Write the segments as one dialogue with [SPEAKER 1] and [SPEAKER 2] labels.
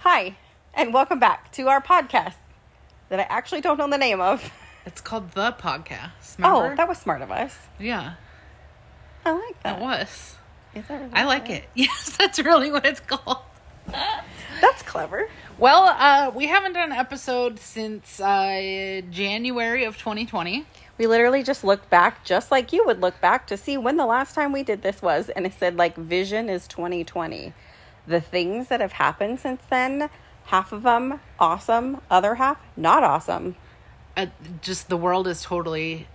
[SPEAKER 1] Hi, and welcome back to our podcast that I actually don't know the name of.
[SPEAKER 2] It's called the podcast. Remember?
[SPEAKER 1] Oh, that was smart of us.
[SPEAKER 2] yeah,
[SPEAKER 1] I like
[SPEAKER 2] that
[SPEAKER 1] that.
[SPEAKER 2] was.
[SPEAKER 1] Is that really
[SPEAKER 2] I like
[SPEAKER 1] clever?
[SPEAKER 2] it. Yes, that's really what it's called.
[SPEAKER 1] That's clever.
[SPEAKER 2] Well, uh, we haven't done an episode since uh, January of 2020.
[SPEAKER 1] We literally just looked back, just like you would look back to see when the last time we did this was, and it said like vision is 2020. The things that have happened since then, half of them awesome, other half not awesome.
[SPEAKER 2] Uh, just the world has totally,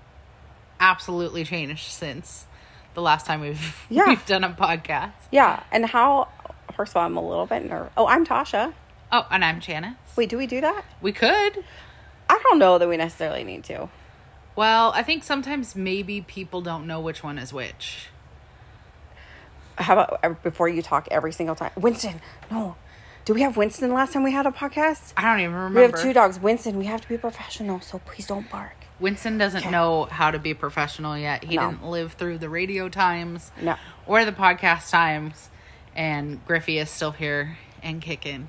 [SPEAKER 2] absolutely changed since the last time we've
[SPEAKER 1] Yeah.
[SPEAKER 2] we've done a podcast.
[SPEAKER 1] Yeah, and how? First of all, I'm a little bit nervous. Oh, I'm Tasha.
[SPEAKER 2] Oh, and I'm Janice.
[SPEAKER 1] Wait, do we do that?
[SPEAKER 2] We could.
[SPEAKER 1] I don't know that we necessarily need to.
[SPEAKER 2] Well, I think sometimes maybe people don't know which one is which.
[SPEAKER 1] How about uh, before you talk every single time? Winston, no. Do we have Winston last time we had a podcast?
[SPEAKER 2] I don't even remember.
[SPEAKER 1] We have two dogs. Winston, we have to be professional, so please don't bark.
[SPEAKER 2] Winston doesn't
[SPEAKER 1] Okay.
[SPEAKER 2] know how to be professional yet. He
[SPEAKER 1] No.
[SPEAKER 2] didn't live through the radio times
[SPEAKER 1] No.
[SPEAKER 2] or the podcast times. And Griffey is still here and kicking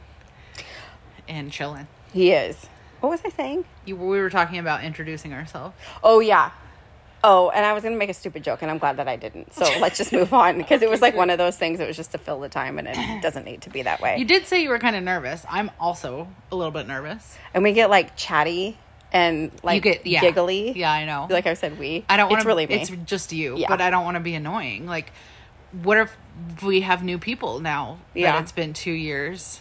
[SPEAKER 2] and chilling.
[SPEAKER 1] He is. What was I saying?
[SPEAKER 2] You, we were talking about introducing ourselves.
[SPEAKER 1] Oh, yeah. Oh, and I was going to make a stupid joke, and I'm glad that I didn't. So let's just move on because it was like one of those things that was just to fill the time, and it doesn't need to be that way.
[SPEAKER 2] You did say you were kind of nervous. I'm also a little bit nervous.
[SPEAKER 1] and we get like chatty and like
[SPEAKER 2] you get yeah,
[SPEAKER 1] giggly.
[SPEAKER 2] Yeah, I know.
[SPEAKER 1] Like I said, we.
[SPEAKER 2] I don't want
[SPEAKER 1] It's
[SPEAKER 2] to.
[SPEAKER 1] really me.
[SPEAKER 2] It's just you.
[SPEAKER 1] Yeah.
[SPEAKER 2] But I don't want to be annoying. Like, what if we have new people now? that
[SPEAKER 1] Yeah.
[SPEAKER 2] it's been two years.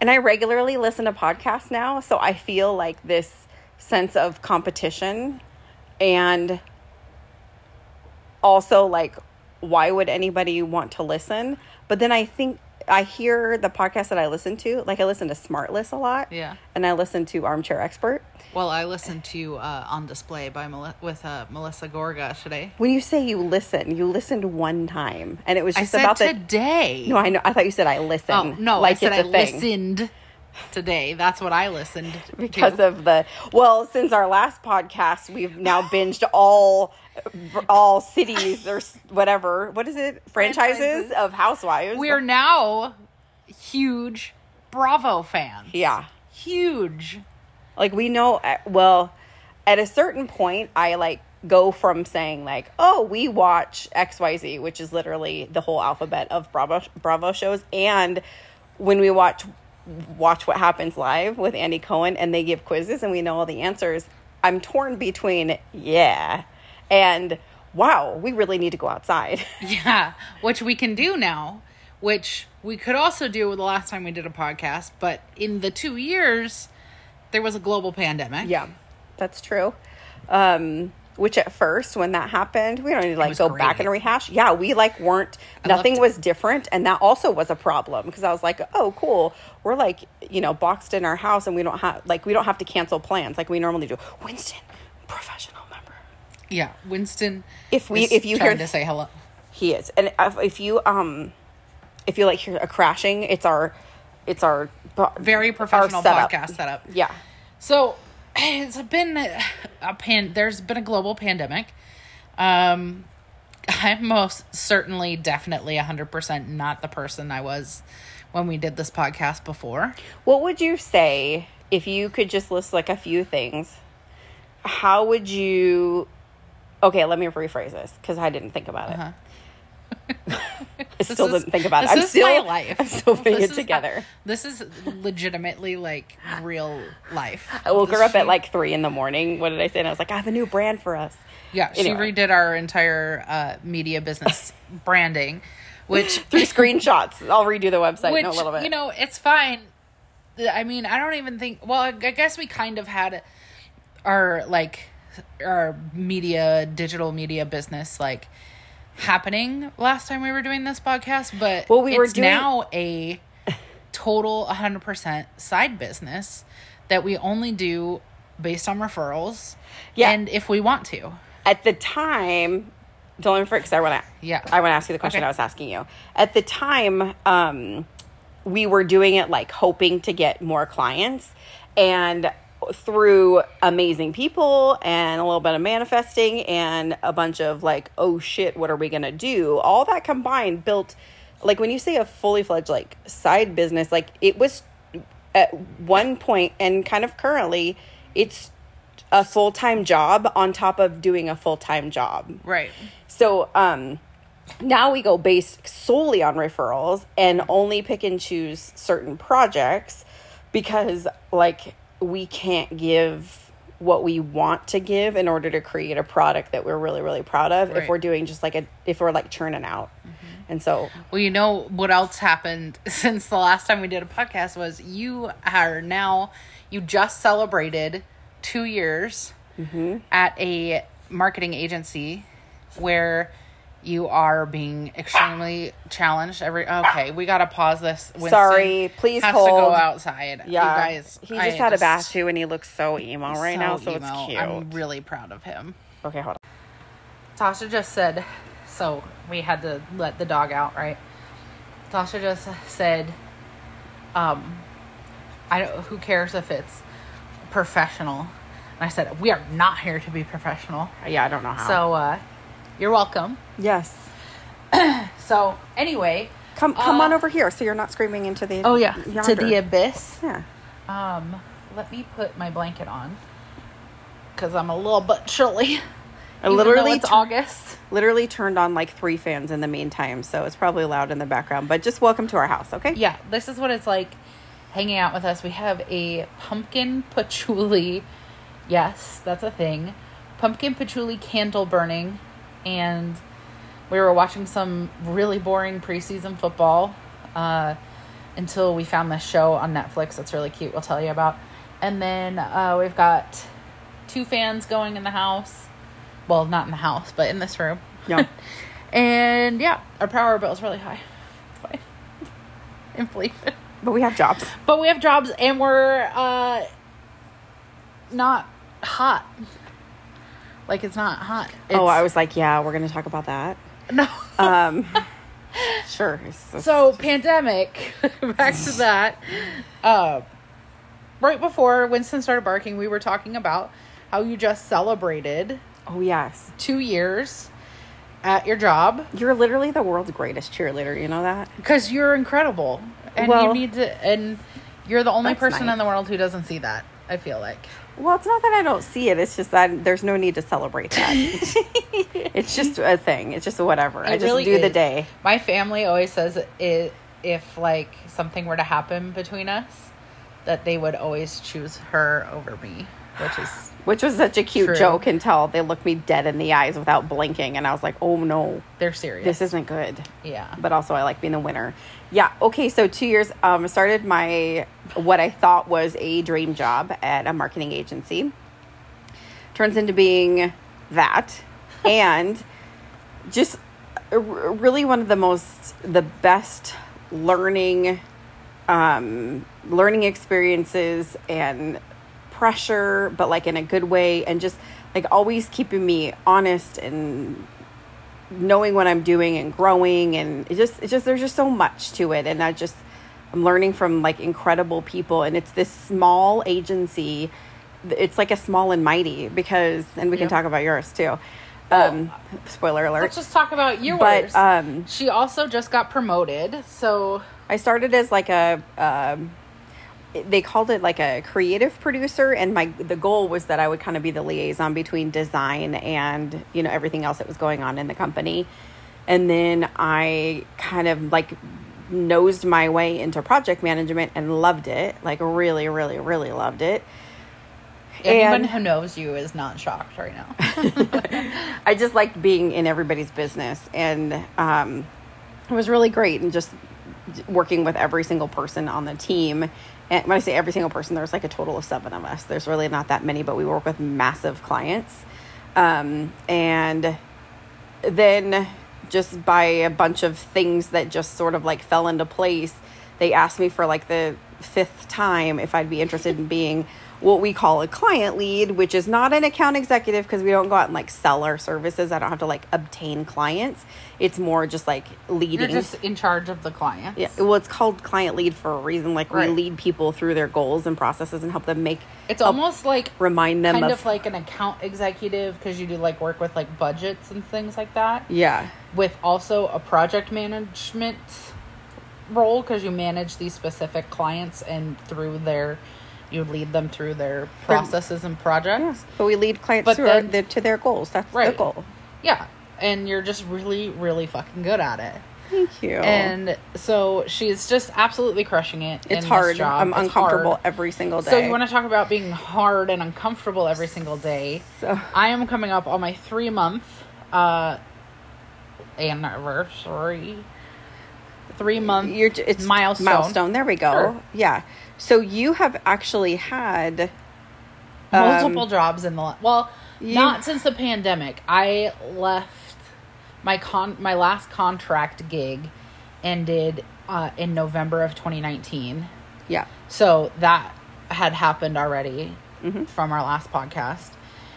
[SPEAKER 1] And I regularly listen to podcasts now, so I feel like this sense of competition and also like why would anybody want to listen? But then I think I hear the podcasts that I listen to, like I listen to Smartless a lot.
[SPEAKER 2] Yeah.
[SPEAKER 1] And I listen to Armchair Expert.
[SPEAKER 2] Well, I listened to uh, "On Display" by Mel- with uh, Melissa Gorga today.
[SPEAKER 1] When you say you listen, you listened one time and it was
[SPEAKER 2] I
[SPEAKER 1] just
[SPEAKER 2] said
[SPEAKER 1] about the
[SPEAKER 2] today.
[SPEAKER 1] No, I know I thought you said I listen.
[SPEAKER 2] oh, no,
[SPEAKER 1] like
[SPEAKER 2] I said
[SPEAKER 1] it's
[SPEAKER 2] I
[SPEAKER 1] a thing.
[SPEAKER 2] listened today. That's what I listened
[SPEAKER 1] because
[SPEAKER 2] to.
[SPEAKER 1] of the well since our last podcast we've now binged all all cities or s- whatever what is it franchises,
[SPEAKER 2] Franchises.
[SPEAKER 1] of housewives
[SPEAKER 2] we are now huge Bravo fans.
[SPEAKER 1] yeah
[SPEAKER 2] huge.
[SPEAKER 1] like we know uh, well at a certain point i like go from saying like oh we watch xyz which is literally the whole alphabet of bravo bravo shows and when we watch watch what happens live with andy cohen and they give quizzes and we know all the answers i'm torn between yeah and wow we really need to go outside
[SPEAKER 2] Yeah, which we can do now, which we could also do the last time we did a podcast. But in the two years, there was a global pandemic.
[SPEAKER 1] Yeah, that's true. Um, which at first, when that happened, we don't need to like
[SPEAKER 2] was
[SPEAKER 1] go back
[SPEAKER 2] great.
[SPEAKER 1] and rehash. Yeah, we like weren't. nothing
[SPEAKER 2] loved
[SPEAKER 1] was different, and that also was a problem because I was like, oh, cool. We're like, you know, boxed in our house, and we don't have like we don't have to cancel plans like we normally do. Winston, professional member,
[SPEAKER 2] yeah. Winston,
[SPEAKER 1] If we-
[SPEAKER 2] is
[SPEAKER 1] if you
[SPEAKER 2] trying
[SPEAKER 1] hear-
[SPEAKER 2] to say hello,
[SPEAKER 1] he is. And if, if you um, if you like hear a crashing, it's our, it's our bo-
[SPEAKER 2] very
[SPEAKER 1] our
[SPEAKER 2] professional
[SPEAKER 1] setup.
[SPEAKER 2] podcast setup.
[SPEAKER 1] Yeah,
[SPEAKER 2] So it's been a a pan. There's been a global pandemic. Um, I'm most certainly, definitely, hundred percent not the person I was when we did this podcast before.
[SPEAKER 1] What would you say if you could just list like a few things? How would you? Okay, let me rephrase this because I didn't think about it. I still
[SPEAKER 2] Uh-huh. This is-
[SPEAKER 1] didn't think about it.
[SPEAKER 2] this
[SPEAKER 1] I'm
[SPEAKER 2] is
[SPEAKER 1] still
[SPEAKER 2] my life.
[SPEAKER 1] I'm still putting
[SPEAKER 2] This
[SPEAKER 1] it
[SPEAKER 2] is- uh,
[SPEAKER 1] together.
[SPEAKER 2] this is legitimately like real life.
[SPEAKER 1] I woke her
[SPEAKER 2] This-
[SPEAKER 1] up at
[SPEAKER 2] she-
[SPEAKER 1] like three in the morning. What did I say? And I was like, I have a new brand for us.
[SPEAKER 2] yeah. She
[SPEAKER 1] anyway.
[SPEAKER 2] redid our entire uh, media business branding, which
[SPEAKER 1] Three screenshots. I'll redo the website
[SPEAKER 2] which
[SPEAKER 1] in a little bit.
[SPEAKER 2] you know it's fine. I mean, I don't even think. Well, I I guess we kind of had our like our media, digital media business like happening last time we were doing this podcast, but
[SPEAKER 1] Well, we were
[SPEAKER 2] it's
[SPEAKER 1] doing-
[SPEAKER 2] now a total 100% side business that we only do based on referrals
[SPEAKER 1] Yeah.
[SPEAKER 2] and if we want to.
[SPEAKER 1] at the time don't for because i want to
[SPEAKER 2] Yeah.
[SPEAKER 1] i want to ask you the question
[SPEAKER 2] Okay.
[SPEAKER 1] i was asking you at the time um we were doing it like hoping to get more clients and through amazing people and a little bit of manifesting and a bunch of like oh shit what are we gonna do all that combined built like when you say a fully fledged like side business like it was at one point and kind of currently, it's a full time job on top of doing a full time job.
[SPEAKER 2] Right.
[SPEAKER 1] So um, now we go based solely on referrals and only pick and choose certain projects because, like, we can't give what we want to give in order to create a product that we're really really proud of if
[SPEAKER 2] Right. Mm-hmm.
[SPEAKER 1] we're doing just like a if we're like churning out and so
[SPEAKER 2] Well, you know what else happened since the last time we did a podcast was you are now you just celebrated two years
[SPEAKER 1] Mm-hmm.
[SPEAKER 2] at a marketing agency where you are being extremely challenged every okay we gotta pause this Winston
[SPEAKER 1] Sorry, please
[SPEAKER 2] has to go
[SPEAKER 1] hold.
[SPEAKER 2] outside
[SPEAKER 1] yeah
[SPEAKER 2] you guys
[SPEAKER 1] he just
[SPEAKER 2] I
[SPEAKER 1] had a bath too and he looks so emo right now so it's
[SPEAKER 2] emo.
[SPEAKER 1] cute
[SPEAKER 2] i'm really proud of him
[SPEAKER 1] okay hold on
[SPEAKER 2] Tasha just said, so we had to let the dog out, right? Tasha just said, um, I don't, who cares if it's professional? And I said, we are not here to be professional.
[SPEAKER 1] Yeah, I don't know how.
[SPEAKER 2] So, uh, you're welcome.
[SPEAKER 1] yes,
[SPEAKER 2] So, anyway,
[SPEAKER 1] come come
[SPEAKER 2] Uh,
[SPEAKER 1] on over here so you're not screaming into the.
[SPEAKER 2] oh yeah,
[SPEAKER 1] yonder.
[SPEAKER 2] to the abyss.
[SPEAKER 1] yeah.
[SPEAKER 2] Um, let me put my blanket on because I'm a little bit chilly.
[SPEAKER 1] I
[SPEAKER 2] Even though
[SPEAKER 1] literally
[SPEAKER 2] it's
[SPEAKER 1] tur-
[SPEAKER 2] August.
[SPEAKER 1] Literally turned on like three fans in the meantime, so it's probably loud in the background. But just welcome to our house, okay?
[SPEAKER 2] yeah, this is what it's like hanging out with us. We have a pumpkin patchouli. Yes, that's a thing. Pumpkin patchouli candle burning. And we were watching some really boring preseason football uh, until we found this show on Netflix that's really cute. We'll tell you about. And then uh, we've got two fans going in the house. Well, not in the house, but in this room.
[SPEAKER 1] Yeah.
[SPEAKER 2] And yeah, our power bill is really high. Fine. Inflation.
[SPEAKER 1] but we have jobs.
[SPEAKER 2] But we have jobs and we're uh not hot. Like it's not hot. It's,
[SPEAKER 1] oh, I was like, yeah, we're gonna talk about that.
[SPEAKER 2] no.
[SPEAKER 1] Um, sure. So,
[SPEAKER 2] so pandemic. back to that. Uh, right before Winston started barking, we were talking about how you just celebrated
[SPEAKER 1] oh yes,
[SPEAKER 2] two years at your job
[SPEAKER 1] you're literally the world's greatest cheerleader. You know that?
[SPEAKER 2] because you're incredible and you
[SPEAKER 1] Well-
[SPEAKER 2] need to and you're the only
[SPEAKER 1] That's
[SPEAKER 2] person in
[SPEAKER 1] nice.
[SPEAKER 2] the world who doesn't see that. I feel like.
[SPEAKER 1] Well, it's not that I don't see it. It's just that there's no need to celebrate that. it's just a thing. It's just whatever. I
[SPEAKER 2] It
[SPEAKER 1] just
[SPEAKER 2] really
[SPEAKER 1] do the
[SPEAKER 2] is.
[SPEAKER 1] day.
[SPEAKER 2] My family always says i if like something were to happen between us, that they would always choose her over me, which is
[SPEAKER 1] Which was such a cute
[SPEAKER 2] True.
[SPEAKER 1] joke until they looked me dead in the eyes without blinking. And I was like, oh no,
[SPEAKER 2] they're serious.
[SPEAKER 1] this isn't good.
[SPEAKER 2] yeah,
[SPEAKER 1] But also, I like being the winner. Yeah. Okay. So, two years, um, started my, what I thought was a dream job at a marketing agency. Turns into being that. and just uh, r- really one of the most, the best learning um, learning experiences and pressure, but like in a good way, and just like always keeping me honest and knowing what I'm doing and growing. And it just, it just, there's just so much to it. And I just, I'm learning from like incredible people. And it's this small agency. It's like a small and mighty because, and we
[SPEAKER 2] Yeah.
[SPEAKER 1] can talk about yours too. Um, spoiler alert.
[SPEAKER 2] let's just talk about yours.
[SPEAKER 1] But, um,
[SPEAKER 2] she also just got promoted, so
[SPEAKER 1] I started as like a um, they called it like a creative producer and my the goal was that I would kind of be the liaison between design and you know everything else that was going on in the company. And then I kind of like nosed my way into project management and loved it. Like really really really loved it.
[SPEAKER 2] anyone
[SPEAKER 1] And-
[SPEAKER 2] who knows you is not shocked right now.
[SPEAKER 1] I just liked being in everybody's business, and um, it was really great. And just working with every single person on the team. And when I say every single person, there's like a total of seven of us. There's really not that many, but we work with massive clients. Um, and then just by a bunch of things that just sort of like fell into place they asked me for like the fifth time if i'd be interested in being what we call a client lead which is not an account executive because we don't go out and like sell our services i don't have to like obtain clients it's more just like
[SPEAKER 2] You're
[SPEAKER 1] leading
[SPEAKER 2] just in charge of the clients.
[SPEAKER 1] yeah well it's called client lead for a reason like
[SPEAKER 2] Right.
[SPEAKER 1] we lead people through their goals and processes and help them make
[SPEAKER 2] it's
[SPEAKER 1] help
[SPEAKER 2] almost like
[SPEAKER 1] remind them
[SPEAKER 2] kind
[SPEAKER 1] of,
[SPEAKER 2] of like an account executive because you do like work with like budgets and things like that.
[SPEAKER 1] yeah
[SPEAKER 2] with also a project management role because you manage these specific clients and through their you lead them through their processes and projects.
[SPEAKER 1] But we lead clients
[SPEAKER 2] But
[SPEAKER 1] to, our,
[SPEAKER 2] then-
[SPEAKER 1] their, to their goals. That's the
[SPEAKER 2] Right.
[SPEAKER 1] goal.
[SPEAKER 2] Yeah. And you're just really, really fucking good at it.
[SPEAKER 1] Thank you.
[SPEAKER 2] And so she's just absolutely crushing it. in
[SPEAKER 1] Oh. it's
[SPEAKER 2] this
[SPEAKER 1] hard.
[SPEAKER 2] job.
[SPEAKER 1] I'm
[SPEAKER 2] It's
[SPEAKER 1] uncomfortable
[SPEAKER 2] hard.
[SPEAKER 1] every single day.
[SPEAKER 2] So you want to talk about being hard and uncomfortable every single day?
[SPEAKER 1] So-
[SPEAKER 2] I am coming up on my three month uh, anniversary, three month.
[SPEAKER 1] You're, j- it's
[SPEAKER 2] milestone.
[SPEAKER 1] Milestone. There we go.
[SPEAKER 2] Sure.
[SPEAKER 1] Yeah. So you have actually had um,
[SPEAKER 2] multiple jobs in the la- well,
[SPEAKER 1] you-
[SPEAKER 2] not since the pandemic. I left my con my last contract gig ended uh, in November of 2019.
[SPEAKER 1] Yeah.
[SPEAKER 2] So that had happened already
[SPEAKER 1] Mm-hmm.
[SPEAKER 2] from our last podcast.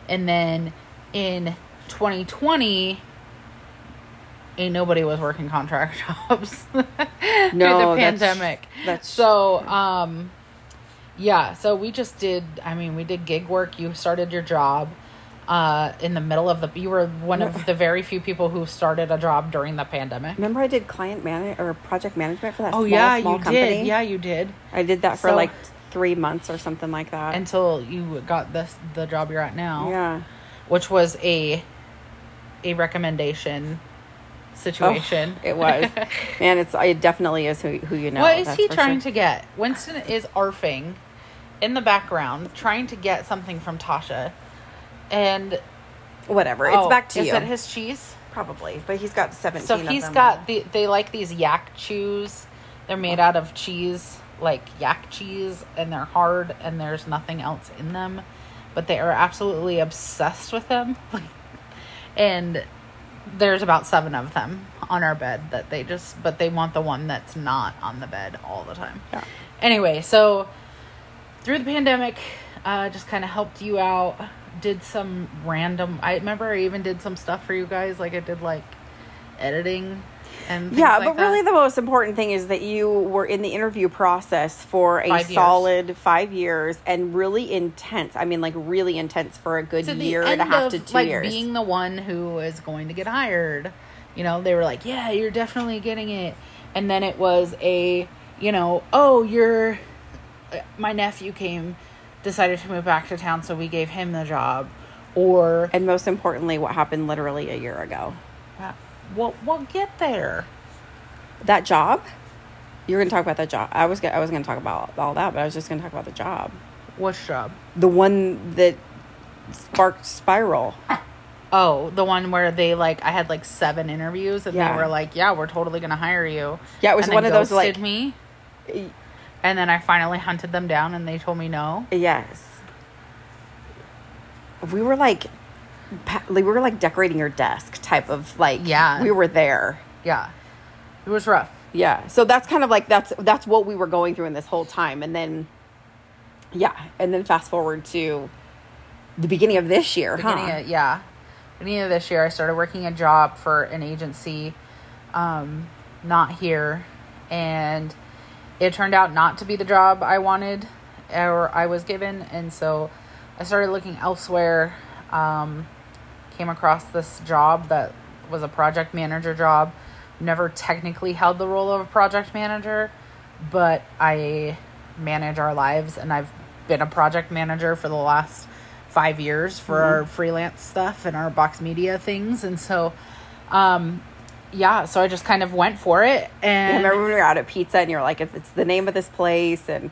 [SPEAKER 2] And then in 2020, ain't nobody was working contract jobs no, due to
[SPEAKER 1] No,
[SPEAKER 2] the
[SPEAKER 1] that's-
[SPEAKER 2] pandemic.
[SPEAKER 1] that's-
[SPEAKER 2] so, um, yeah, so we just did, I mean, we did gig work. You started your job. Uh, in the middle of the, you were one of the very few people who started a job during the pandemic.
[SPEAKER 1] Remember I did client manage or project management for that
[SPEAKER 2] Oh
[SPEAKER 1] small,
[SPEAKER 2] yeah,
[SPEAKER 1] small
[SPEAKER 2] you
[SPEAKER 1] company?
[SPEAKER 2] did. Yeah, you did.
[SPEAKER 1] I did that for
[SPEAKER 2] So-
[SPEAKER 1] like three months or something like that.
[SPEAKER 2] until you got this the job you're at now
[SPEAKER 1] yeah.
[SPEAKER 2] which was a a recommendation
[SPEAKER 1] Oh,
[SPEAKER 2] situation
[SPEAKER 1] it was. Man, it's it definitely is who, who you know.
[SPEAKER 2] what is
[SPEAKER 1] that's
[SPEAKER 2] he
[SPEAKER 1] for
[SPEAKER 2] trying
[SPEAKER 1] sure.
[SPEAKER 2] to get winston is arfing in the background trying to get something from tasha and
[SPEAKER 1] Whatever. It's
[SPEAKER 2] oh,
[SPEAKER 1] back to
[SPEAKER 2] is
[SPEAKER 1] you.
[SPEAKER 2] it his cheese
[SPEAKER 1] Probably, but he's got seventeen.
[SPEAKER 2] so
[SPEAKER 1] of
[SPEAKER 2] he's
[SPEAKER 1] them.
[SPEAKER 2] got the they like these yak chews they're made out of cheese like yak cheese and they're hard and there's nothing else in them but they are absolutely obsessed with them and there's about seven of them on our bed that they just but they want the one that's not on the bed all the time
[SPEAKER 1] Yeah.
[SPEAKER 2] anyway so through the pandemic uh just kind of helped you out did some random i remember i even did some stuff for you guys like i did like editing and things
[SPEAKER 1] Yeah,
[SPEAKER 2] like
[SPEAKER 1] but
[SPEAKER 2] that.
[SPEAKER 1] really the most important thing is that you were in the interview process for a
[SPEAKER 2] Five years.
[SPEAKER 1] solid five years and really intense. I mean, like really intense for a good
[SPEAKER 2] to the
[SPEAKER 1] year and
[SPEAKER 2] end
[SPEAKER 1] a half
[SPEAKER 2] of,
[SPEAKER 1] to two
[SPEAKER 2] like
[SPEAKER 1] years.
[SPEAKER 2] being the one who is going to get hired. You know, they were like, "Yeah, you're definitely getting it," and then it was a, you know, "Oh, you're." uh, My nephew came, decided to move back to town, so we gave him the job, or
[SPEAKER 1] and most importantly, what happened literally a year ago.
[SPEAKER 2] we'll we'll get there.
[SPEAKER 1] That job. You were gonna talk about that job. I was gonna, I was gonna talk about all that, but I was just gonna talk about the job,
[SPEAKER 2] Which job?
[SPEAKER 1] the one that sparked Spiral.
[SPEAKER 2] Oh, the one where they like I had like seven interviews and
[SPEAKER 1] Yeah.
[SPEAKER 2] they were like, "Yeah, we're totally gonna hire you."
[SPEAKER 1] Yeah, it was
[SPEAKER 2] and they
[SPEAKER 1] one of those,
[SPEAKER 2] ghosted
[SPEAKER 1] like-
[SPEAKER 2] me, and then I finally hunted them down, and they told me no.
[SPEAKER 1] Yes. We were like, pa- we were like decorating your desk type of like.
[SPEAKER 2] Yeah.
[SPEAKER 1] We were there.
[SPEAKER 2] Yeah, it was rough.
[SPEAKER 1] Yeah. So that's kind of like that's that's what we were going through in this whole time, and then, yeah, and then fast forward to the beginning of this year,
[SPEAKER 2] beginning
[SPEAKER 1] huh?
[SPEAKER 2] of yeah beginning of this year i started working a job for an agency um not here and it turned out not to be the job i wanted or i was given and so i started looking elsewhere um came across this job that was a project manager job never technically held the role of a project manager but i manage our lives and i've been a project manager for the last five years for our
[SPEAKER 1] Mm-hmm.
[SPEAKER 2] freelance stuff and our box media things and so um yeah so i just kind of went for it
[SPEAKER 1] I
[SPEAKER 2] and
[SPEAKER 1] remember when we were out at pizza, and you're like, "If it's the name of this place," and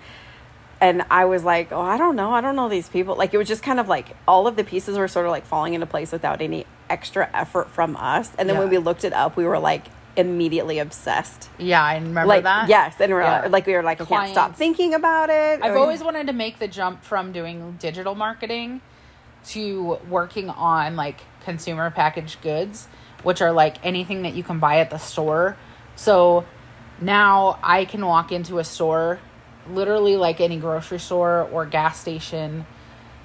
[SPEAKER 1] and I was like, "Oh, I don't know, I don't know these people." Like it was just kind of like all of the pieces were sort of like falling into place without any extra effort from us. And then when we
[SPEAKER 2] Yeah.
[SPEAKER 1] looked it up, we were like immediately obsessed.
[SPEAKER 2] yeah i remember
[SPEAKER 1] Like
[SPEAKER 2] that
[SPEAKER 1] yes, and we're
[SPEAKER 2] Yeah.
[SPEAKER 1] like we were like, "I can't stop
[SPEAKER 2] Clients.
[SPEAKER 1] thinking about it."
[SPEAKER 2] I've
[SPEAKER 1] Or-
[SPEAKER 2] always wanted to make the jump from doing digital marketing to working on like consumer packaged goods, which are like anything that you can buy at the store. So now I can walk into a store, literally like any grocery store or gas station,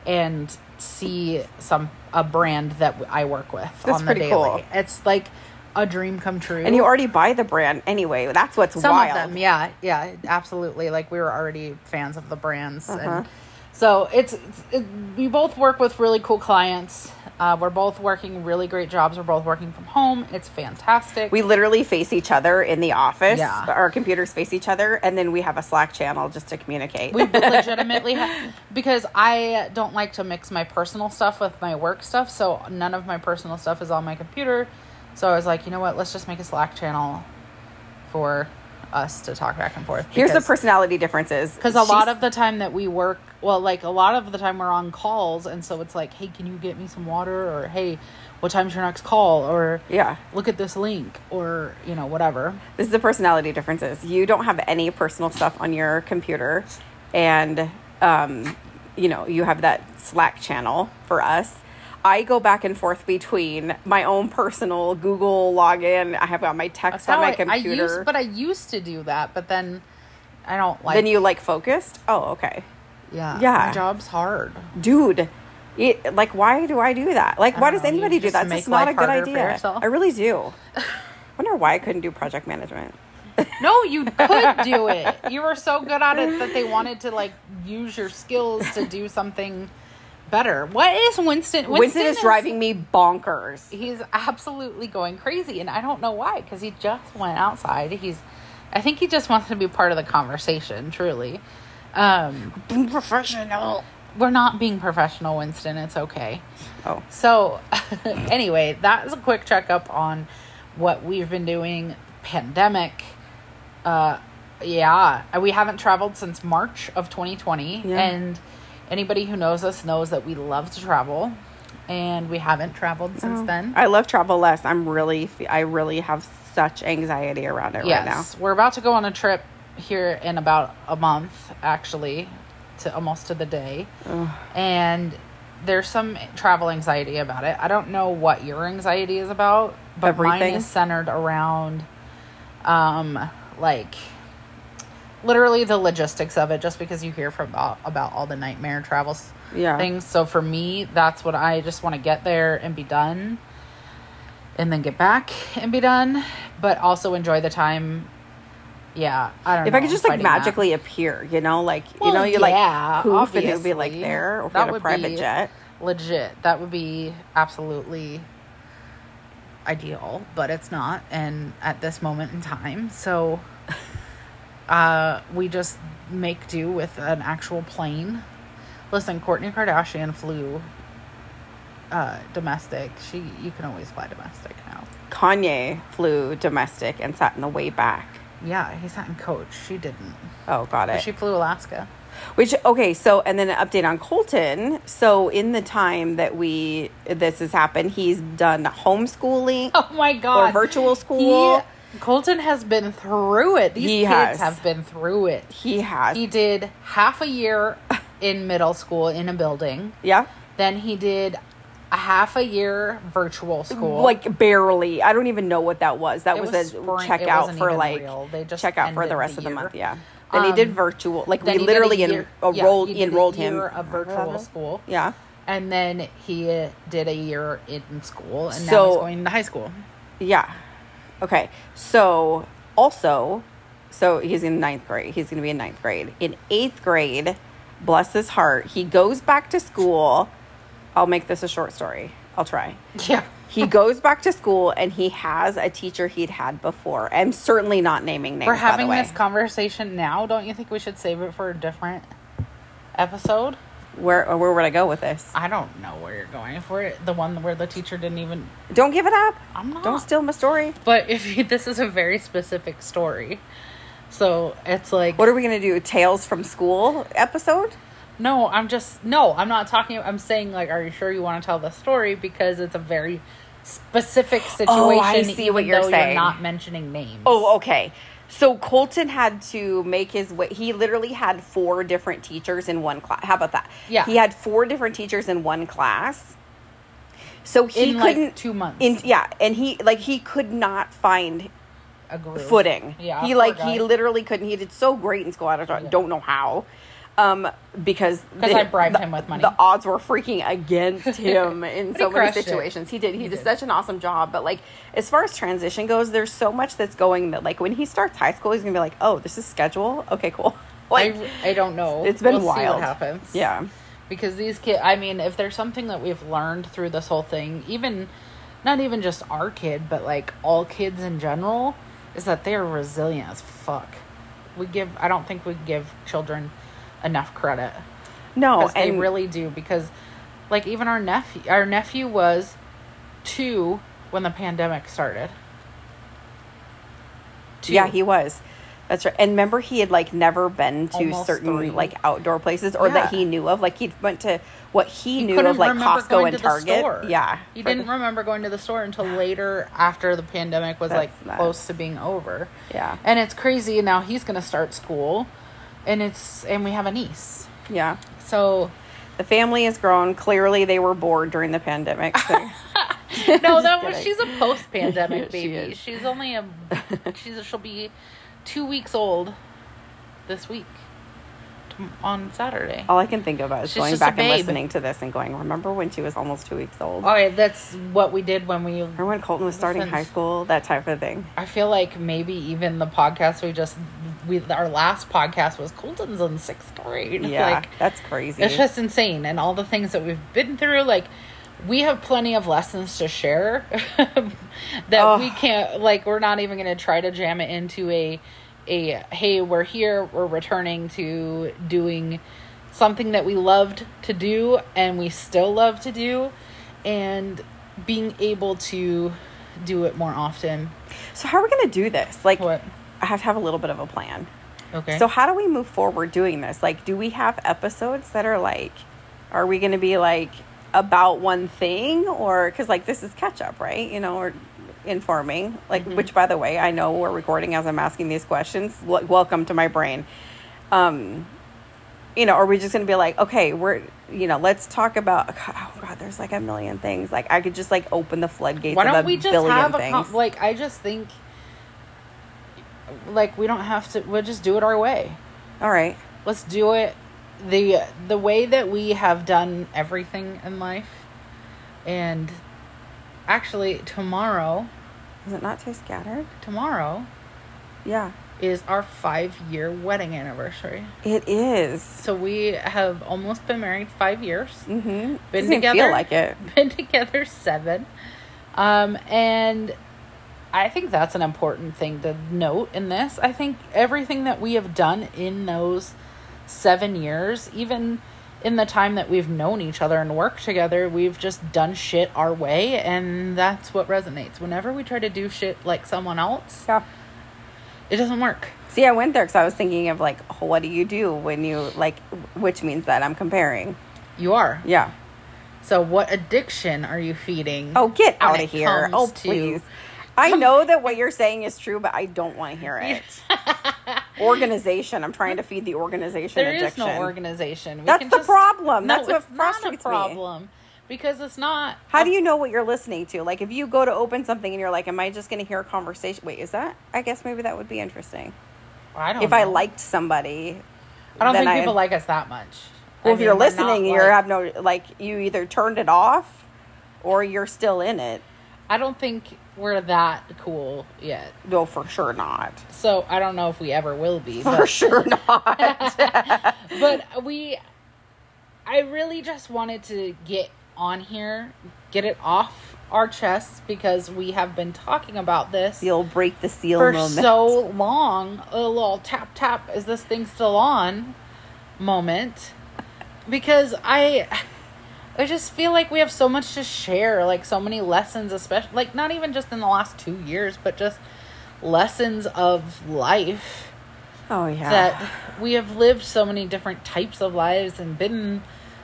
[SPEAKER 2] and see some a brand that I work with
[SPEAKER 1] That's
[SPEAKER 2] on the
[SPEAKER 1] pretty
[SPEAKER 2] daily.
[SPEAKER 1] cool.
[SPEAKER 2] It's like a dream come true
[SPEAKER 1] and you already buy the brand anyway. That's what's
[SPEAKER 2] some
[SPEAKER 1] wild. Uh-huh.
[SPEAKER 2] of them yeah yeah absolutely like we were already fans of the brands and So it's, it's it, we both work with really cool clients. Uh, we're both working really great jobs. We're both working from home. It's fantastic.
[SPEAKER 1] We literally face each other in the office.
[SPEAKER 2] Yeah.
[SPEAKER 1] Our computers face each other, and then we have a Slack channel just to communicate.
[SPEAKER 2] we legitimately ha- because I don't like to mix my personal stuff with my work stuff, so none of my personal stuff is on my computer. So I was like, you know what? Let's just make a Slack channel for us to talk back and forth.
[SPEAKER 1] Here's the
[SPEAKER 2] because-
[SPEAKER 1] personality differences.
[SPEAKER 2] because a lot
[SPEAKER 1] She's-
[SPEAKER 2] of the time that we work well like a lot of the time we're on calls and so it's like hey can you get me some water or hey what time's your next call or
[SPEAKER 1] yeah,
[SPEAKER 2] look at this link or you know whatever
[SPEAKER 1] this is the personality differences. You don't have any personal stuff on your computer, and um, you know you have that Slack channel for us. I go back and forth between my own personal Google login. I have got my text on
[SPEAKER 2] how
[SPEAKER 1] my
[SPEAKER 2] I, I
[SPEAKER 1] computer.
[SPEAKER 2] used but i used to do that but then i don't like
[SPEAKER 1] then you like focused. Oh, okay.
[SPEAKER 2] yeah
[SPEAKER 1] yeah.
[SPEAKER 2] my job's hard
[SPEAKER 1] dude it, like why do i do that like
[SPEAKER 2] I
[SPEAKER 1] why does
[SPEAKER 2] don't know, you
[SPEAKER 1] anybody do
[SPEAKER 2] just
[SPEAKER 1] that it's
[SPEAKER 2] make
[SPEAKER 1] just not a
[SPEAKER 2] life
[SPEAKER 1] good
[SPEAKER 2] harder for
[SPEAKER 1] idea
[SPEAKER 2] yourself.
[SPEAKER 1] i really do wonder why i couldn't do project management
[SPEAKER 2] no you could do it you were so good at it that they wanted to like use your skills to do something better what is winston
[SPEAKER 1] winston, is driving me bonkers
[SPEAKER 2] he's absolutely going crazy and i don't know why because he just went outside he's i think he just wants to be part of the conversation truly um
[SPEAKER 1] being professional
[SPEAKER 2] we're not being professional winston it's okay
[SPEAKER 1] oh
[SPEAKER 2] so anyway that's a quick checkup on what we've been doing pandemic uh yeah Uh, we haven't traveled since march of 2020
[SPEAKER 1] Yeah.
[SPEAKER 2] and anybody who knows us knows that we love to travel and we haven't traveled since
[SPEAKER 1] Oh.
[SPEAKER 2] then
[SPEAKER 1] i love travel less i'm really fe- i really have such anxiety around it right now
[SPEAKER 2] Yes, we're about to go on a trip here in about a month, actually, to almost to the day, and there's some travel anxiety about it. I don't know what your anxiety is about, but mine
[SPEAKER 1] Everything.
[SPEAKER 2] is centered around, um, like literally the logistics of it. Just because you hear from about, about all the nightmare travels
[SPEAKER 1] Yeah.
[SPEAKER 2] things, so for me, that's what I just want to get there and be done and then get back and be done, but also enjoy the time. Yeah, I don't.
[SPEAKER 1] if
[SPEAKER 2] know,
[SPEAKER 1] I could just like
[SPEAKER 2] fighting that.
[SPEAKER 1] magically appear, you know, like
[SPEAKER 2] Well,
[SPEAKER 1] you know, you
[SPEAKER 2] yeah,
[SPEAKER 1] like poof and you'd be like
[SPEAKER 2] obviously.
[SPEAKER 1] there, or if
[SPEAKER 2] That
[SPEAKER 1] you had a
[SPEAKER 2] would
[SPEAKER 1] private
[SPEAKER 2] be-
[SPEAKER 1] jet.
[SPEAKER 2] legit, that would be absolutely ideal, but it's not, and at this moment in time, so uh, we just make do with an actual plane. Listen, Courtney Kardashian flew uh, domestic. She, you can always fly domestic now.
[SPEAKER 1] Kanye flew domestic and sat in the way back.
[SPEAKER 2] Yeah, he sat in coach. She didn't.
[SPEAKER 1] Oh, got it.
[SPEAKER 2] But she flew Alaska.
[SPEAKER 1] Which okay, so and then an update on Colton. So in the time that we this has happened, he's done homeschooling
[SPEAKER 2] Oh my god.
[SPEAKER 1] virtual school.
[SPEAKER 2] He- Colton has been through it. These
[SPEAKER 1] He
[SPEAKER 2] kids
[SPEAKER 1] has.
[SPEAKER 2] have been through it.
[SPEAKER 1] He has
[SPEAKER 2] He did half a year in middle school in a building.
[SPEAKER 1] yeah,
[SPEAKER 2] Then he did a half a year virtual school.
[SPEAKER 1] like barely. I don't even know what that was. That
[SPEAKER 2] It
[SPEAKER 1] was,
[SPEAKER 2] was
[SPEAKER 1] a
[SPEAKER 2] spring. It
[SPEAKER 1] checkout
[SPEAKER 2] wasn't
[SPEAKER 1] for
[SPEAKER 2] even
[SPEAKER 1] like
[SPEAKER 2] real. They just
[SPEAKER 1] checkout for
[SPEAKER 2] ended
[SPEAKER 1] the rest
[SPEAKER 2] the
[SPEAKER 1] of the month.
[SPEAKER 2] year.
[SPEAKER 1] Yeah. Then he did
[SPEAKER 2] Um,
[SPEAKER 1] virtual. Like
[SPEAKER 2] Then
[SPEAKER 1] we
[SPEAKER 2] he did a
[SPEAKER 1] literally en-
[SPEAKER 2] year- yeah,
[SPEAKER 1] enrolled
[SPEAKER 2] he did a
[SPEAKER 1] enrolled him Uh-huh.
[SPEAKER 2] year of virtual school.
[SPEAKER 1] Yeah.
[SPEAKER 2] And then he uh, did a year in school, and now
[SPEAKER 1] So-
[SPEAKER 2] he's going to high school.
[SPEAKER 1] Yeah. Okay. So also, so he's in ninth grade. He's going to be in ninth grade. In eighth grade, bless his heart, he goes back to school. I'll make this a short story. I'll try.
[SPEAKER 2] Yeah.
[SPEAKER 1] He goes back to school and he has a teacher he'd had before. I'm certainly not naming names.
[SPEAKER 2] We're
[SPEAKER 1] by the
[SPEAKER 2] having
[SPEAKER 1] way.
[SPEAKER 2] this conversation now. Don't you think we should save it for a different episode?
[SPEAKER 1] Where or where would I go with this?
[SPEAKER 2] I don't know where you're going for it. The one where the teacher didn't even.
[SPEAKER 1] Don't give it up.
[SPEAKER 2] I'm not.
[SPEAKER 1] Don't steal my story.
[SPEAKER 2] But if you, this is a very specific story, so it's like
[SPEAKER 1] What are we going to do? Tales from school episode?
[SPEAKER 2] no, I'm just no, I'm not talking. I'm saying like, are you sure you want to tell the story because it's a very specific situation.
[SPEAKER 1] Oh, I see what
[SPEAKER 2] even
[SPEAKER 1] you're
[SPEAKER 2] though
[SPEAKER 1] saying.
[SPEAKER 2] not mentioning names.
[SPEAKER 1] Oh, okay. So Colton had to make his way. He literally had four different teachers in one class. How about that?
[SPEAKER 2] Yeah.
[SPEAKER 1] He had four different teachers in one class. So he
[SPEAKER 2] In, like,
[SPEAKER 1] couldn't
[SPEAKER 2] two months.
[SPEAKER 1] In, yeah, and he like he could not find
[SPEAKER 2] a groove.
[SPEAKER 1] footing.
[SPEAKER 2] Yeah,
[SPEAKER 1] He
[SPEAKER 2] poor
[SPEAKER 1] like
[SPEAKER 2] guy.
[SPEAKER 1] he literally couldn't. He did so great in school. I don't,
[SPEAKER 2] Yeah.
[SPEAKER 1] don't know how. Um, because
[SPEAKER 2] 'Cause
[SPEAKER 1] the-
[SPEAKER 2] I bribed
[SPEAKER 1] the-
[SPEAKER 2] him with money.
[SPEAKER 1] The odds were freaking against him in
[SPEAKER 2] But
[SPEAKER 1] so
[SPEAKER 2] he
[SPEAKER 1] many
[SPEAKER 2] crushed it.
[SPEAKER 1] situations. He did. He,
[SPEAKER 2] He
[SPEAKER 1] did,
[SPEAKER 2] did.
[SPEAKER 1] such an awesome job. But like, as far as transition goes, there's so much that's going that like when he starts high school, he's gonna be like, oh, this is schedule. Okay, cool. Like,
[SPEAKER 2] I, I don't know.
[SPEAKER 1] it's been
[SPEAKER 2] We'll
[SPEAKER 1] wild.
[SPEAKER 2] See what happens?
[SPEAKER 1] Yeah.
[SPEAKER 2] because these kids i mean if there's something that we've learned through this whole thing even not even just our kid but like all kids in general is that they're resilient as fuck we give i don't think we give children enough credit
[SPEAKER 1] No,
[SPEAKER 2] 'Cause they
[SPEAKER 1] Oh, and
[SPEAKER 2] really do because like even our nephew our nephew was two when the pandemic started Two.
[SPEAKER 1] yeah, he was. That's right. And remember, he had like never been to
[SPEAKER 2] Almost
[SPEAKER 1] certain
[SPEAKER 2] three.
[SPEAKER 1] like outdoor places or that
[SPEAKER 2] Yeah.
[SPEAKER 1] he knew of. Like he went to what he, knew
[SPEAKER 2] couldn't
[SPEAKER 1] of, like
[SPEAKER 2] remember
[SPEAKER 1] Costco
[SPEAKER 2] going
[SPEAKER 1] and
[SPEAKER 2] to the
[SPEAKER 1] Target.
[SPEAKER 2] store.
[SPEAKER 1] Yeah,
[SPEAKER 2] He
[SPEAKER 1] for the-
[SPEAKER 2] didn't remember going to the store until later after the pandemic was
[SPEAKER 1] That's
[SPEAKER 2] like
[SPEAKER 1] nuts.
[SPEAKER 2] close to being over.
[SPEAKER 1] Yeah.
[SPEAKER 2] And it's crazy now he's going to start school and it's and we have a niece.
[SPEAKER 1] yeah.
[SPEAKER 2] So
[SPEAKER 1] The family has grown. Clearly, they were bored during the pandemic. So.
[SPEAKER 2] no, that was
[SPEAKER 1] kidding.
[SPEAKER 2] she's a post-pandemic
[SPEAKER 1] She
[SPEAKER 2] baby.
[SPEAKER 1] is.
[SPEAKER 2] she's only a she's she'll be 2 weeks old this week tom- on Saturday.
[SPEAKER 1] All I can think about is
[SPEAKER 2] She's
[SPEAKER 1] going
[SPEAKER 2] just a
[SPEAKER 1] back and
[SPEAKER 2] babe.
[SPEAKER 1] listening to this and going, remember when she was almost two weeks old?
[SPEAKER 2] Okay, that's what we did when we
[SPEAKER 1] Remember when Colton was starting
[SPEAKER 2] Listen.
[SPEAKER 1] high school? That type of thing.
[SPEAKER 2] I feel like maybe even the podcast we just we our last podcast was Colton's in sixth grade.
[SPEAKER 1] Yeah,
[SPEAKER 2] Like
[SPEAKER 1] that's crazy.
[SPEAKER 2] it's just insane and all the things that we've been through, like we have plenty of lessons to share that
[SPEAKER 1] Oh.
[SPEAKER 2] we can't like we're not even gonna try to jam it into a a hey, we're here, we're returning to doing something that we loved to do and we still love to do and being able to do it more often.
[SPEAKER 1] so how are we going to do this? Like,
[SPEAKER 2] What?
[SPEAKER 1] I have to have a little bit of a plan.
[SPEAKER 2] Okay.
[SPEAKER 1] So how do we move forward doing this? Like, do we have episodes that are like, are we going to be like about one thing or because like this is catch up, right? You know, or informing. Like,
[SPEAKER 2] Mm-hmm.
[SPEAKER 1] which by the way, I know we're recording as I'm asking these questions. L- welcome to my brain. Um, you know, are we just going to be like, okay, we're you know, let's talk about. Oh God, there's like a million things. Like I could just like open the floodgates.
[SPEAKER 2] Why
[SPEAKER 1] of
[SPEAKER 2] don't
[SPEAKER 1] a
[SPEAKER 2] we just
[SPEAKER 1] billion
[SPEAKER 2] have a
[SPEAKER 1] things.
[SPEAKER 2] com- like? I just think like we don't have to. We'll just do it our way.
[SPEAKER 1] All right.
[SPEAKER 2] Let's do it the the way that we have done everything in life. And actually, tomorrow,
[SPEAKER 1] Is it not too scattered?
[SPEAKER 2] tomorrow
[SPEAKER 1] Yeah,
[SPEAKER 2] is our five year wedding anniversary.
[SPEAKER 1] it is.
[SPEAKER 2] So we have almost been married five years.
[SPEAKER 1] Mm-hmm.
[SPEAKER 2] Been
[SPEAKER 1] Doesn't even
[SPEAKER 2] together.
[SPEAKER 1] Feel like it.
[SPEAKER 2] been together seven. Um, and I think that's an important thing to note in this. I think everything that we have done in those seven years, even in the time that we've known each other and worked together, we've just done shit our way. And that's what resonates. Whenever we try to do shit like someone else,
[SPEAKER 1] Yeah.
[SPEAKER 2] it doesn't work.
[SPEAKER 1] See, I went there because I was thinking of like, oh, what do you do when you like, which means that I'm comparing.
[SPEAKER 2] You are.
[SPEAKER 1] Yeah.
[SPEAKER 2] So, what addiction are you feeding?
[SPEAKER 1] Oh, get
[SPEAKER 2] when
[SPEAKER 1] out
[SPEAKER 2] it
[SPEAKER 1] of here.
[SPEAKER 2] comes
[SPEAKER 1] Oh,
[SPEAKER 2] to-
[SPEAKER 1] please. I know that what you're saying is true, but I don't want to hear it. organization. I'm trying to feed the organization
[SPEAKER 2] There is
[SPEAKER 1] addiction.
[SPEAKER 2] no organization. We
[SPEAKER 1] That's
[SPEAKER 2] can
[SPEAKER 1] the
[SPEAKER 2] just-
[SPEAKER 1] problem.
[SPEAKER 2] No,
[SPEAKER 1] That's what
[SPEAKER 2] it's not a
[SPEAKER 1] frustrates me.
[SPEAKER 2] problem because it's not.
[SPEAKER 1] How do you know what you're listening to? Like, if you go to open something and you're like, am I just going to hear a conversation? Wait, is that? I guess maybe that would be interesting.
[SPEAKER 2] I don't.
[SPEAKER 1] If I
[SPEAKER 2] know.
[SPEAKER 1] liked somebody,
[SPEAKER 2] I don't
[SPEAKER 1] then
[SPEAKER 2] think people like us that much.
[SPEAKER 1] Well,
[SPEAKER 2] I
[SPEAKER 1] if
[SPEAKER 2] mean,
[SPEAKER 1] you're
[SPEAKER 2] we're not
[SPEAKER 1] listening, you are
[SPEAKER 2] like-
[SPEAKER 1] have no like you either turned it off or you're still in it.
[SPEAKER 2] I don't think we're that cool yet.
[SPEAKER 1] No, for sure not.
[SPEAKER 2] So I don't know if we ever will be.
[SPEAKER 1] For
[SPEAKER 2] But,
[SPEAKER 1] sure not.
[SPEAKER 2] but we, I really just wanted to get on here, get it off our chests because we have been talking about this.
[SPEAKER 1] You'll break the seal
[SPEAKER 2] for
[SPEAKER 1] moment.
[SPEAKER 2] so long a little tap tap is this thing still on moment because i i just feel like we have so much to share like so many lessons especially like not even just in the last two years but just lessons of life
[SPEAKER 1] oh yeah.
[SPEAKER 2] that we have lived so many different types of lives and been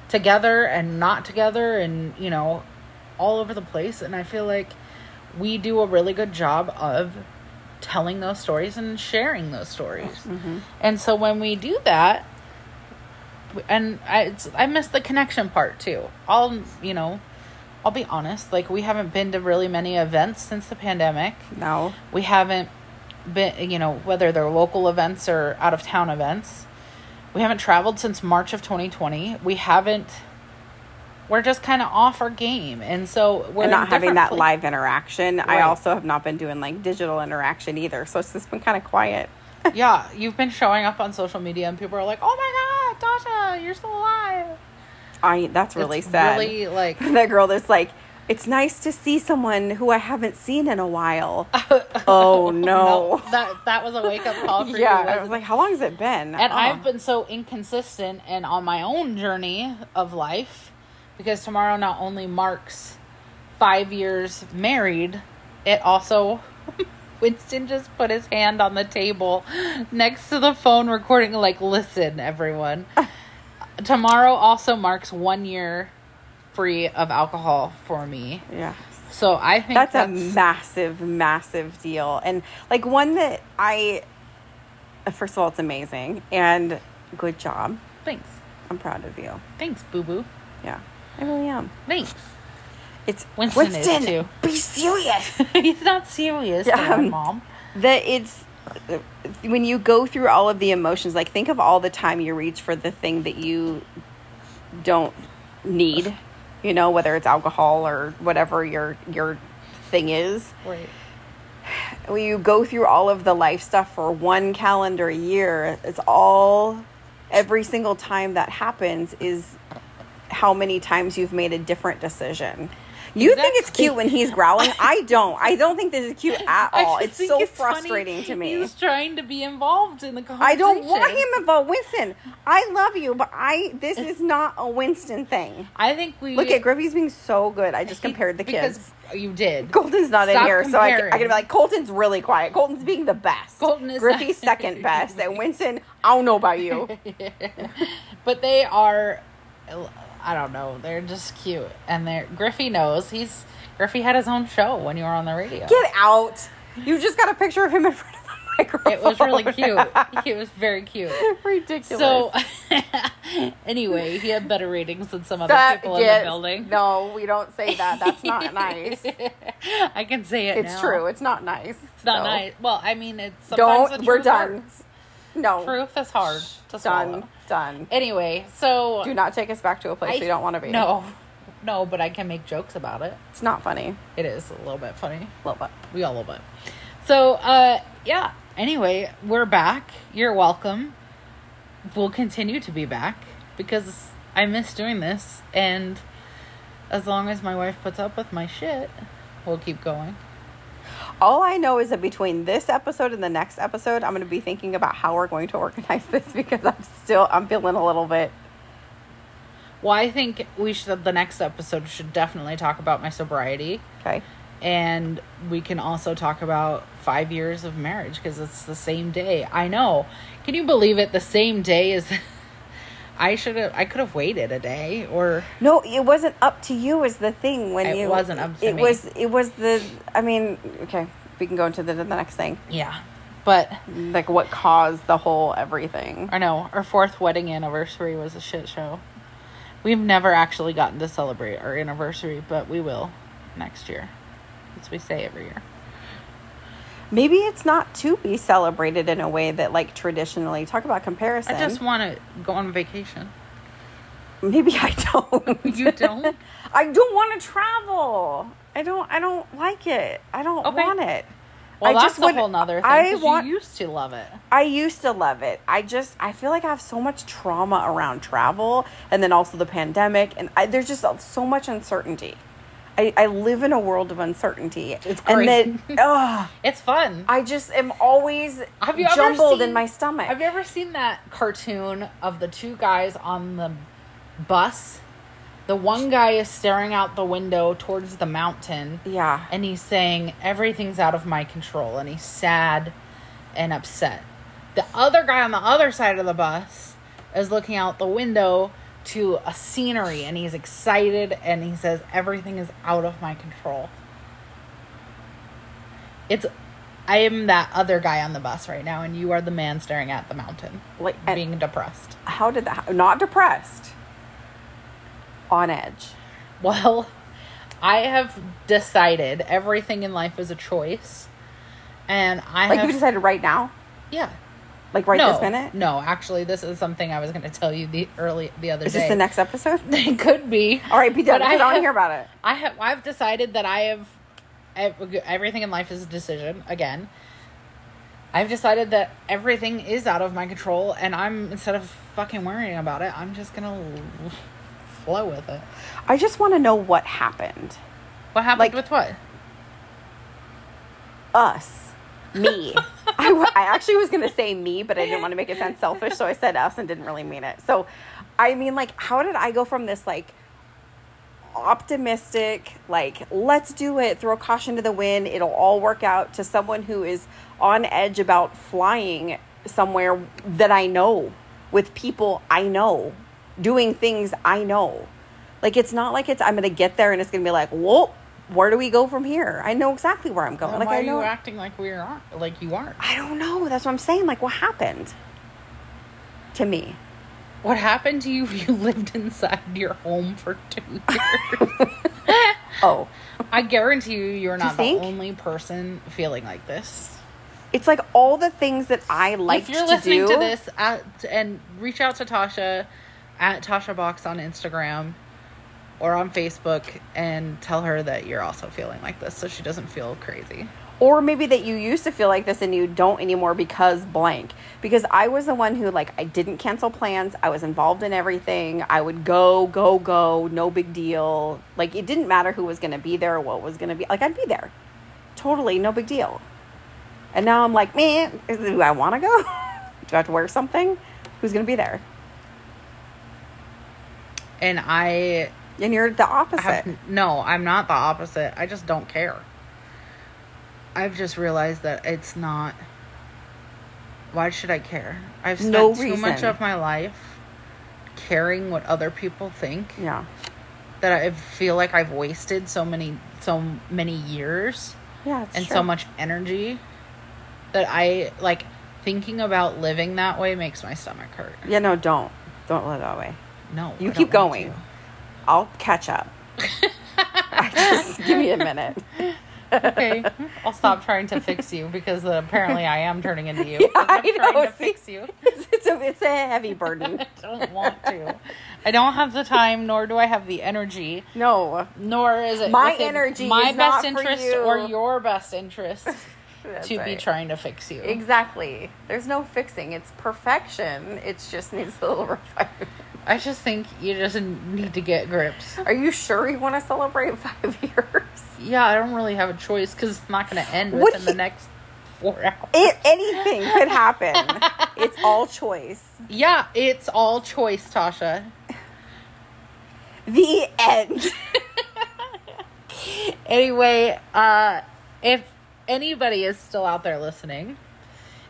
[SPEAKER 2] together and not together and you know all over the place and i feel like we do a really good job of telling those stories and sharing those stories and so when we do that and I, it's, I miss the connection part too. I'll, you know, I'll be honest. Like we haven't been to really many events since the pandemic
[SPEAKER 1] no.
[SPEAKER 2] we haven't been you know whether they're local events or out of town events we haven't traveled since march of 2020 we haven't we're just kind of off our game and so we're
[SPEAKER 1] And
[SPEAKER 2] in
[SPEAKER 1] not having
[SPEAKER 2] different
[SPEAKER 1] that
[SPEAKER 2] pla-
[SPEAKER 1] live interaction. I
[SPEAKER 2] Right.
[SPEAKER 1] also have not been doing like digital interaction either. So it's just been kind of quiet.
[SPEAKER 2] yeah, you've been showing up on social media, and people are like, "Oh my god, Dasha, you're still alive."
[SPEAKER 1] I that's really
[SPEAKER 2] It's
[SPEAKER 1] sad.
[SPEAKER 2] Really, like
[SPEAKER 1] that girl that's like, it's nice to see someone who I haven't seen in a while. oh no.
[SPEAKER 2] that that was a wake up call for
[SPEAKER 1] Yeah,
[SPEAKER 2] you.
[SPEAKER 1] I
[SPEAKER 2] wasn't
[SPEAKER 1] was like, how long has it been?
[SPEAKER 2] And
[SPEAKER 1] Oh.
[SPEAKER 2] I've been so inconsistent and on my own journey of life because tomorrow not only marks five years married, it also. Winston just put his hand on the table next to the phone recording, like, listen, everyone. tomorrow also marks one year free of alcohol for me.
[SPEAKER 1] yeah.
[SPEAKER 2] So I think
[SPEAKER 1] That's,
[SPEAKER 2] that's,
[SPEAKER 1] a massive, massive deal. And like one that I first of all, it's amazing and good job.
[SPEAKER 2] thanks.
[SPEAKER 1] I'm proud of you.
[SPEAKER 2] Thanks, boo boo.
[SPEAKER 1] Yeah. I really am.
[SPEAKER 2] Thanks.
[SPEAKER 1] It's
[SPEAKER 2] Winston is,
[SPEAKER 1] Winston
[SPEAKER 2] too.
[SPEAKER 1] Be serious.
[SPEAKER 2] He's not serious,
[SPEAKER 1] Yeah.
[SPEAKER 2] Dad, Mom.
[SPEAKER 1] that it's when you go through all of the emotions like think of all the time you reach for the thing that you don't need you know whether it's alcohol or whatever your your thing is
[SPEAKER 2] Right.
[SPEAKER 1] when you go through all of the life stuff for one calendar year it's all every single time that happens is how many times you've made a different decision you think it's
[SPEAKER 2] Exactly.
[SPEAKER 1] cute when he's growling i don't i don't think this is cute at
[SPEAKER 2] I
[SPEAKER 1] all
[SPEAKER 2] just
[SPEAKER 1] it's
[SPEAKER 2] think
[SPEAKER 1] so
[SPEAKER 2] funny
[SPEAKER 1] frustrating to me
[SPEAKER 2] He's trying to be involved in the conversation.
[SPEAKER 1] I don't want him involved. Winston, I love you, but I this is not a Winston thing.
[SPEAKER 2] I think we
[SPEAKER 1] Look at Griffey's being so good. I just compared the
[SPEAKER 2] because
[SPEAKER 1] kids.
[SPEAKER 2] You did.
[SPEAKER 1] Colton's not in
[SPEAKER 2] Stop
[SPEAKER 1] here, so I, I can be
[SPEAKER 2] comparing.
[SPEAKER 1] like, Colton's really quiet. Colton's being the best.
[SPEAKER 2] Colton is-
[SPEAKER 1] Griffey's second best, and Winston, I don't know about you.
[SPEAKER 2] But they are. I don't know. They're just cute, and they're Griffey knows he's. Griffey had his own show when you were on the radio.
[SPEAKER 1] Get out! You just got a picture of him in front of the microphone.
[SPEAKER 2] It was really cute. He was very cute.
[SPEAKER 1] Ridiculous.
[SPEAKER 2] So, anyway, he had better ratings than some other
[SPEAKER 1] That
[SPEAKER 2] people in
[SPEAKER 1] gets-
[SPEAKER 2] the building.
[SPEAKER 1] No, we don't say that. That's not nice.
[SPEAKER 2] I can say it.
[SPEAKER 1] It's
[SPEAKER 2] now.
[SPEAKER 1] true. It's not nice.
[SPEAKER 2] It's not
[SPEAKER 1] So,
[SPEAKER 2] nice. Well, I mean, it's sometimes
[SPEAKER 1] Don't.
[SPEAKER 2] the
[SPEAKER 1] We're
[SPEAKER 2] truth hurts.
[SPEAKER 1] done. No.
[SPEAKER 2] Truth is hard to
[SPEAKER 1] Done.
[SPEAKER 2] swallow.
[SPEAKER 1] Done.
[SPEAKER 2] Anyway, so
[SPEAKER 1] Do not take us back to a place
[SPEAKER 2] I-
[SPEAKER 1] we don't want to be.
[SPEAKER 2] no, no, but I can make jokes about it.
[SPEAKER 1] It's not funny.
[SPEAKER 2] It is a little bit funny.
[SPEAKER 1] Little bit.
[SPEAKER 2] We all love it. So, uh, yeah. Anyway, we're back. You're welcome. We'll continue to be back because I miss doing this, and as long as my wife puts up with my shit, we'll keep going.
[SPEAKER 1] All I know is that between this episode and the next episode, I'm going to be thinking about how we're going to organize this because I'm still I'm feeling a little bit.
[SPEAKER 2] Well, I think we should. The next episode should definitely talk about my sobriety.
[SPEAKER 1] Okay.
[SPEAKER 2] and we can also talk about five years of marriage because it's the same day i know can you believe it the same day is i should have i could have waited a day or
[SPEAKER 1] No, it wasn't up to you. Is the thing when
[SPEAKER 2] It
[SPEAKER 1] you
[SPEAKER 2] wasn't up to
[SPEAKER 1] it
[SPEAKER 2] me.
[SPEAKER 1] was it was the I mean okay we can go into the, the next thing
[SPEAKER 2] yeah but
[SPEAKER 1] like what caused the whole everything.
[SPEAKER 2] i know our fourth wedding anniversary was a shit show we've never actually gotten to celebrate our anniversary but we will next year as we say every year
[SPEAKER 1] Maybe it's not to be celebrated in a way that like traditionally talk about comparison.
[SPEAKER 2] i just want to go on vacation
[SPEAKER 1] Maybe I don't.
[SPEAKER 2] You don't?
[SPEAKER 1] I don't want to travel. I don't. I don't like it. I don't
[SPEAKER 2] Okay.
[SPEAKER 1] want it.
[SPEAKER 2] well
[SPEAKER 1] I
[SPEAKER 2] that's
[SPEAKER 1] would-
[SPEAKER 2] a whole nother thing
[SPEAKER 1] I
[SPEAKER 2] 'cause
[SPEAKER 1] want.
[SPEAKER 2] you used to love it
[SPEAKER 1] I used to love it. I just. I feel like I have so much trauma around travel, and then also the pandemic, and I, there's just so much uncertainty. I, I live in a world of uncertainty.
[SPEAKER 2] It's
[SPEAKER 1] And
[SPEAKER 2] great.
[SPEAKER 1] that, ugh,
[SPEAKER 2] it's fun
[SPEAKER 1] I just am always
[SPEAKER 2] Have you ever
[SPEAKER 1] jumbled
[SPEAKER 2] seen-
[SPEAKER 1] in my stomach.
[SPEAKER 2] Have you ever seen that cartoon of the two guys on the bus? The one guy is staring out the window towards the mountain
[SPEAKER 1] yeah.
[SPEAKER 2] and he's saying, Everything's out of my control. And he's sad and upset. The other guy on the other side of the bus is looking out the window to a scenery and he's excited and he says, Everything is out of my control. It's. I am that other guy on the bus right now, and you are the man staring at the mountain,
[SPEAKER 1] Like, and-
[SPEAKER 2] being depressed.
[SPEAKER 1] How did that? Not depressed. On edge.
[SPEAKER 2] Well, I have decided everything in life is a choice, and I
[SPEAKER 1] Like
[SPEAKER 2] have
[SPEAKER 1] you've decided right now.
[SPEAKER 2] yeah.
[SPEAKER 1] Like right
[SPEAKER 2] no,
[SPEAKER 1] this minute?
[SPEAKER 2] no. Actually, this is something I was going to tell you the early the other
[SPEAKER 1] Is
[SPEAKER 2] day.
[SPEAKER 1] this the next episode?
[SPEAKER 2] It could be.
[SPEAKER 1] All right, be done.
[SPEAKER 2] But
[SPEAKER 1] because I want to
[SPEAKER 2] have-
[SPEAKER 1] hear about it.
[SPEAKER 2] I have. I've decided that I have. ev- Everything in life is a decision again, I've decided that everything is out of my control, and I'm instead of fucking worrying about it, I'm just gonna l- flow with it.
[SPEAKER 1] I just want to know what happened.
[SPEAKER 2] What happened
[SPEAKER 1] Like-
[SPEAKER 2] with what?
[SPEAKER 1] Us. Me. I, wa- I actually was going to say me, but I didn't want to make it sound selfish, so I said us and didn't really mean it. So, I mean, like, how did I go from this, like, optimistic, like, let's do it, throw caution to the wind, it'll all work out, to someone who is on edge about flying somewhere that I know, with people I know, doing things I know. Like, it's not like it's, I'm going to get there and it's going to be like, whoa, where do we go from here? I know exactly where I'm going.
[SPEAKER 2] Then
[SPEAKER 1] like,
[SPEAKER 2] why
[SPEAKER 1] I
[SPEAKER 2] are
[SPEAKER 1] know.
[SPEAKER 2] you acting like we are? Like you are.
[SPEAKER 1] I don't know. That's what I'm saying. Like, what happened to me?
[SPEAKER 2] What happened to you? You lived inside your home for two years.
[SPEAKER 1] Oh,
[SPEAKER 2] I guarantee you, you're
[SPEAKER 1] Do you
[SPEAKER 2] not the
[SPEAKER 1] think?
[SPEAKER 2] only person feeling like this.
[SPEAKER 1] it's like all the things that I like
[SPEAKER 2] if you're
[SPEAKER 1] to
[SPEAKER 2] listening
[SPEAKER 1] do.
[SPEAKER 2] to this at, and reach out to tasha at tasha box on instagram or on facebook and tell her that you're also feeling like this so she doesn't feel crazy
[SPEAKER 1] or maybe that you used to feel like this and you don't anymore because blank because i was the one who like i didn't cancel plans i was involved in everything i would go go go no big deal like it didn't matter who was going to be there or what was going to be like i'd be there totally no big deal and now i'm like man do i want to go do i have to wear something who's going to be there
[SPEAKER 2] and i
[SPEAKER 1] and you're the opposite
[SPEAKER 2] have no i'm not the opposite i just don't care i've just realized that it's not why should i care i've spent
[SPEAKER 1] No
[SPEAKER 2] too much
[SPEAKER 1] reason.
[SPEAKER 2] of my life caring what other people think
[SPEAKER 1] yeah
[SPEAKER 2] that I feel like I've wasted so many so many years
[SPEAKER 1] yeah it's
[SPEAKER 2] and
[SPEAKER 1] true.
[SPEAKER 2] so much energy that I like thinking about living that way makes my stomach hurt.
[SPEAKER 1] yeah no don't don't let it that way
[SPEAKER 2] No,
[SPEAKER 1] You
[SPEAKER 2] I
[SPEAKER 1] keep
[SPEAKER 2] don't want
[SPEAKER 1] going. i'll catch up I just give me a minute
[SPEAKER 2] to. Okay, I'll stop trying to fix you because uh, apparently I am turning into you.
[SPEAKER 1] Yeah,
[SPEAKER 2] 'cause I'm
[SPEAKER 1] I know,
[SPEAKER 2] trying to
[SPEAKER 1] see?
[SPEAKER 2] fix you.
[SPEAKER 1] it's, it's, a, it's a heavy burden.
[SPEAKER 2] I don't want to. I don't have the time, nor do I have the energy,
[SPEAKER 1] No.
[SPEAKER 2] nor is it
[SPEAKER 1] My
[SPEAKER 2] within
[SPEAKER 1] energy
[SPEAKER 2] my
[SPEAKER 1] is
[SPEAKER 2] best
[SPEAKER 1] not for
[SPEAKER 2] interest
[SPEAKER 1] you.
[SPEAKER 2] or your best interest
[SPEAKER 1] That's
[SPEAKER 2] to be
[SPEAKER 1] right.
[SPEAKER 2] trying to fix you.
[SPEAKER 1] Exactly. There's no fixing. It's perfection. It just needs a little refinement.
[SPEAKER 2] I just think you just need to get grips.
[SPEAKER 1] Are you sure you want to celebrate five years?
[SPEAKER 2] Yeah, I don't really have a choice because it's not going to end
[SPEAKER 1] What
[SPEAKER 2] within
[SPEAKER 1] do
[SPEAKER 2] the
[SPEAKER 1] you-
[SPEAKER 2] next four hours.
[SPEAKER 1] It, anything could happen. it's all choice.
[SPEAKER 2] yeah, it's all choice, Tasha.
[SPEAKER 1] The end.
[SPEAKER 2] Anyway, uh, if anybody is still out there listening,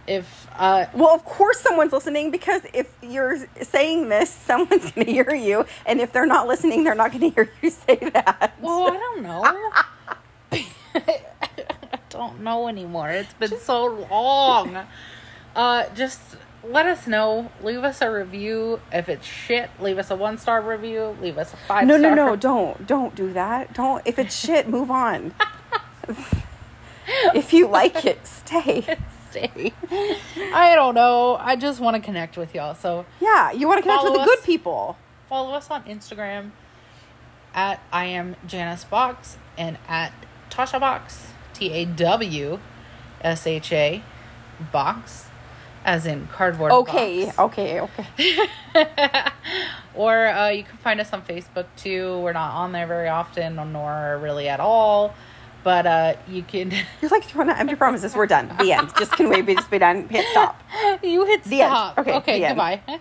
[SPEAKER 2] if uh,
[SPEAKER 1] Well, of course, someone's listening because if you're saying this, someone's going to hear you. And if they're not listening, they're not going to hear you say that.
[SPEAKER 2] well, I don't know. I don't know anymore. It's been so long. Uh, just let us know. Leave us a review. If it's shit, leave us a one star review. Leave us a five.
[SPEAKER 1] no, no,
[SPEAKER 2] star
[SPEAKER 1] no, don't. Don't do that. Don't. If it's shit, move on. if you like it, stay.
[SPEAKER 2] stay. I don't know. I just want to connect with y'all. So
[SPEAKER 1] Yeah, you want to connect with the
[SPEAKER 2] Follow
[SPEAKER 1] good
[SPEAKER 2] us.
[SPEAKER 1] people.
[SPEAKER 2] follow us on Instagram at I am Janice Box and at Tasha Box, T A W S H A Box, as in cardboard.
[SPEAKER 1] Okay,
[SPEAKER 2] box.
[SPEAKER 1] okay, okay.
[SPEAKER 2] or uh, you can find us on Facebook too. We're not on there very often, nor really at all. But uh, you can.
[SPEAKER 1] You're like throwing out empty promises. We're done. The end. Just can we be just be done? Hit stop.
[SPEAKER 2] you hit
[SPEAKER 1] The end.
[SPEAKER 2] stop.
[SPEAKER 1] Okay,
[SPEAKER 2] Okay.
[SPEAKER 1] the end.
[SPEAKER 2] goodbye.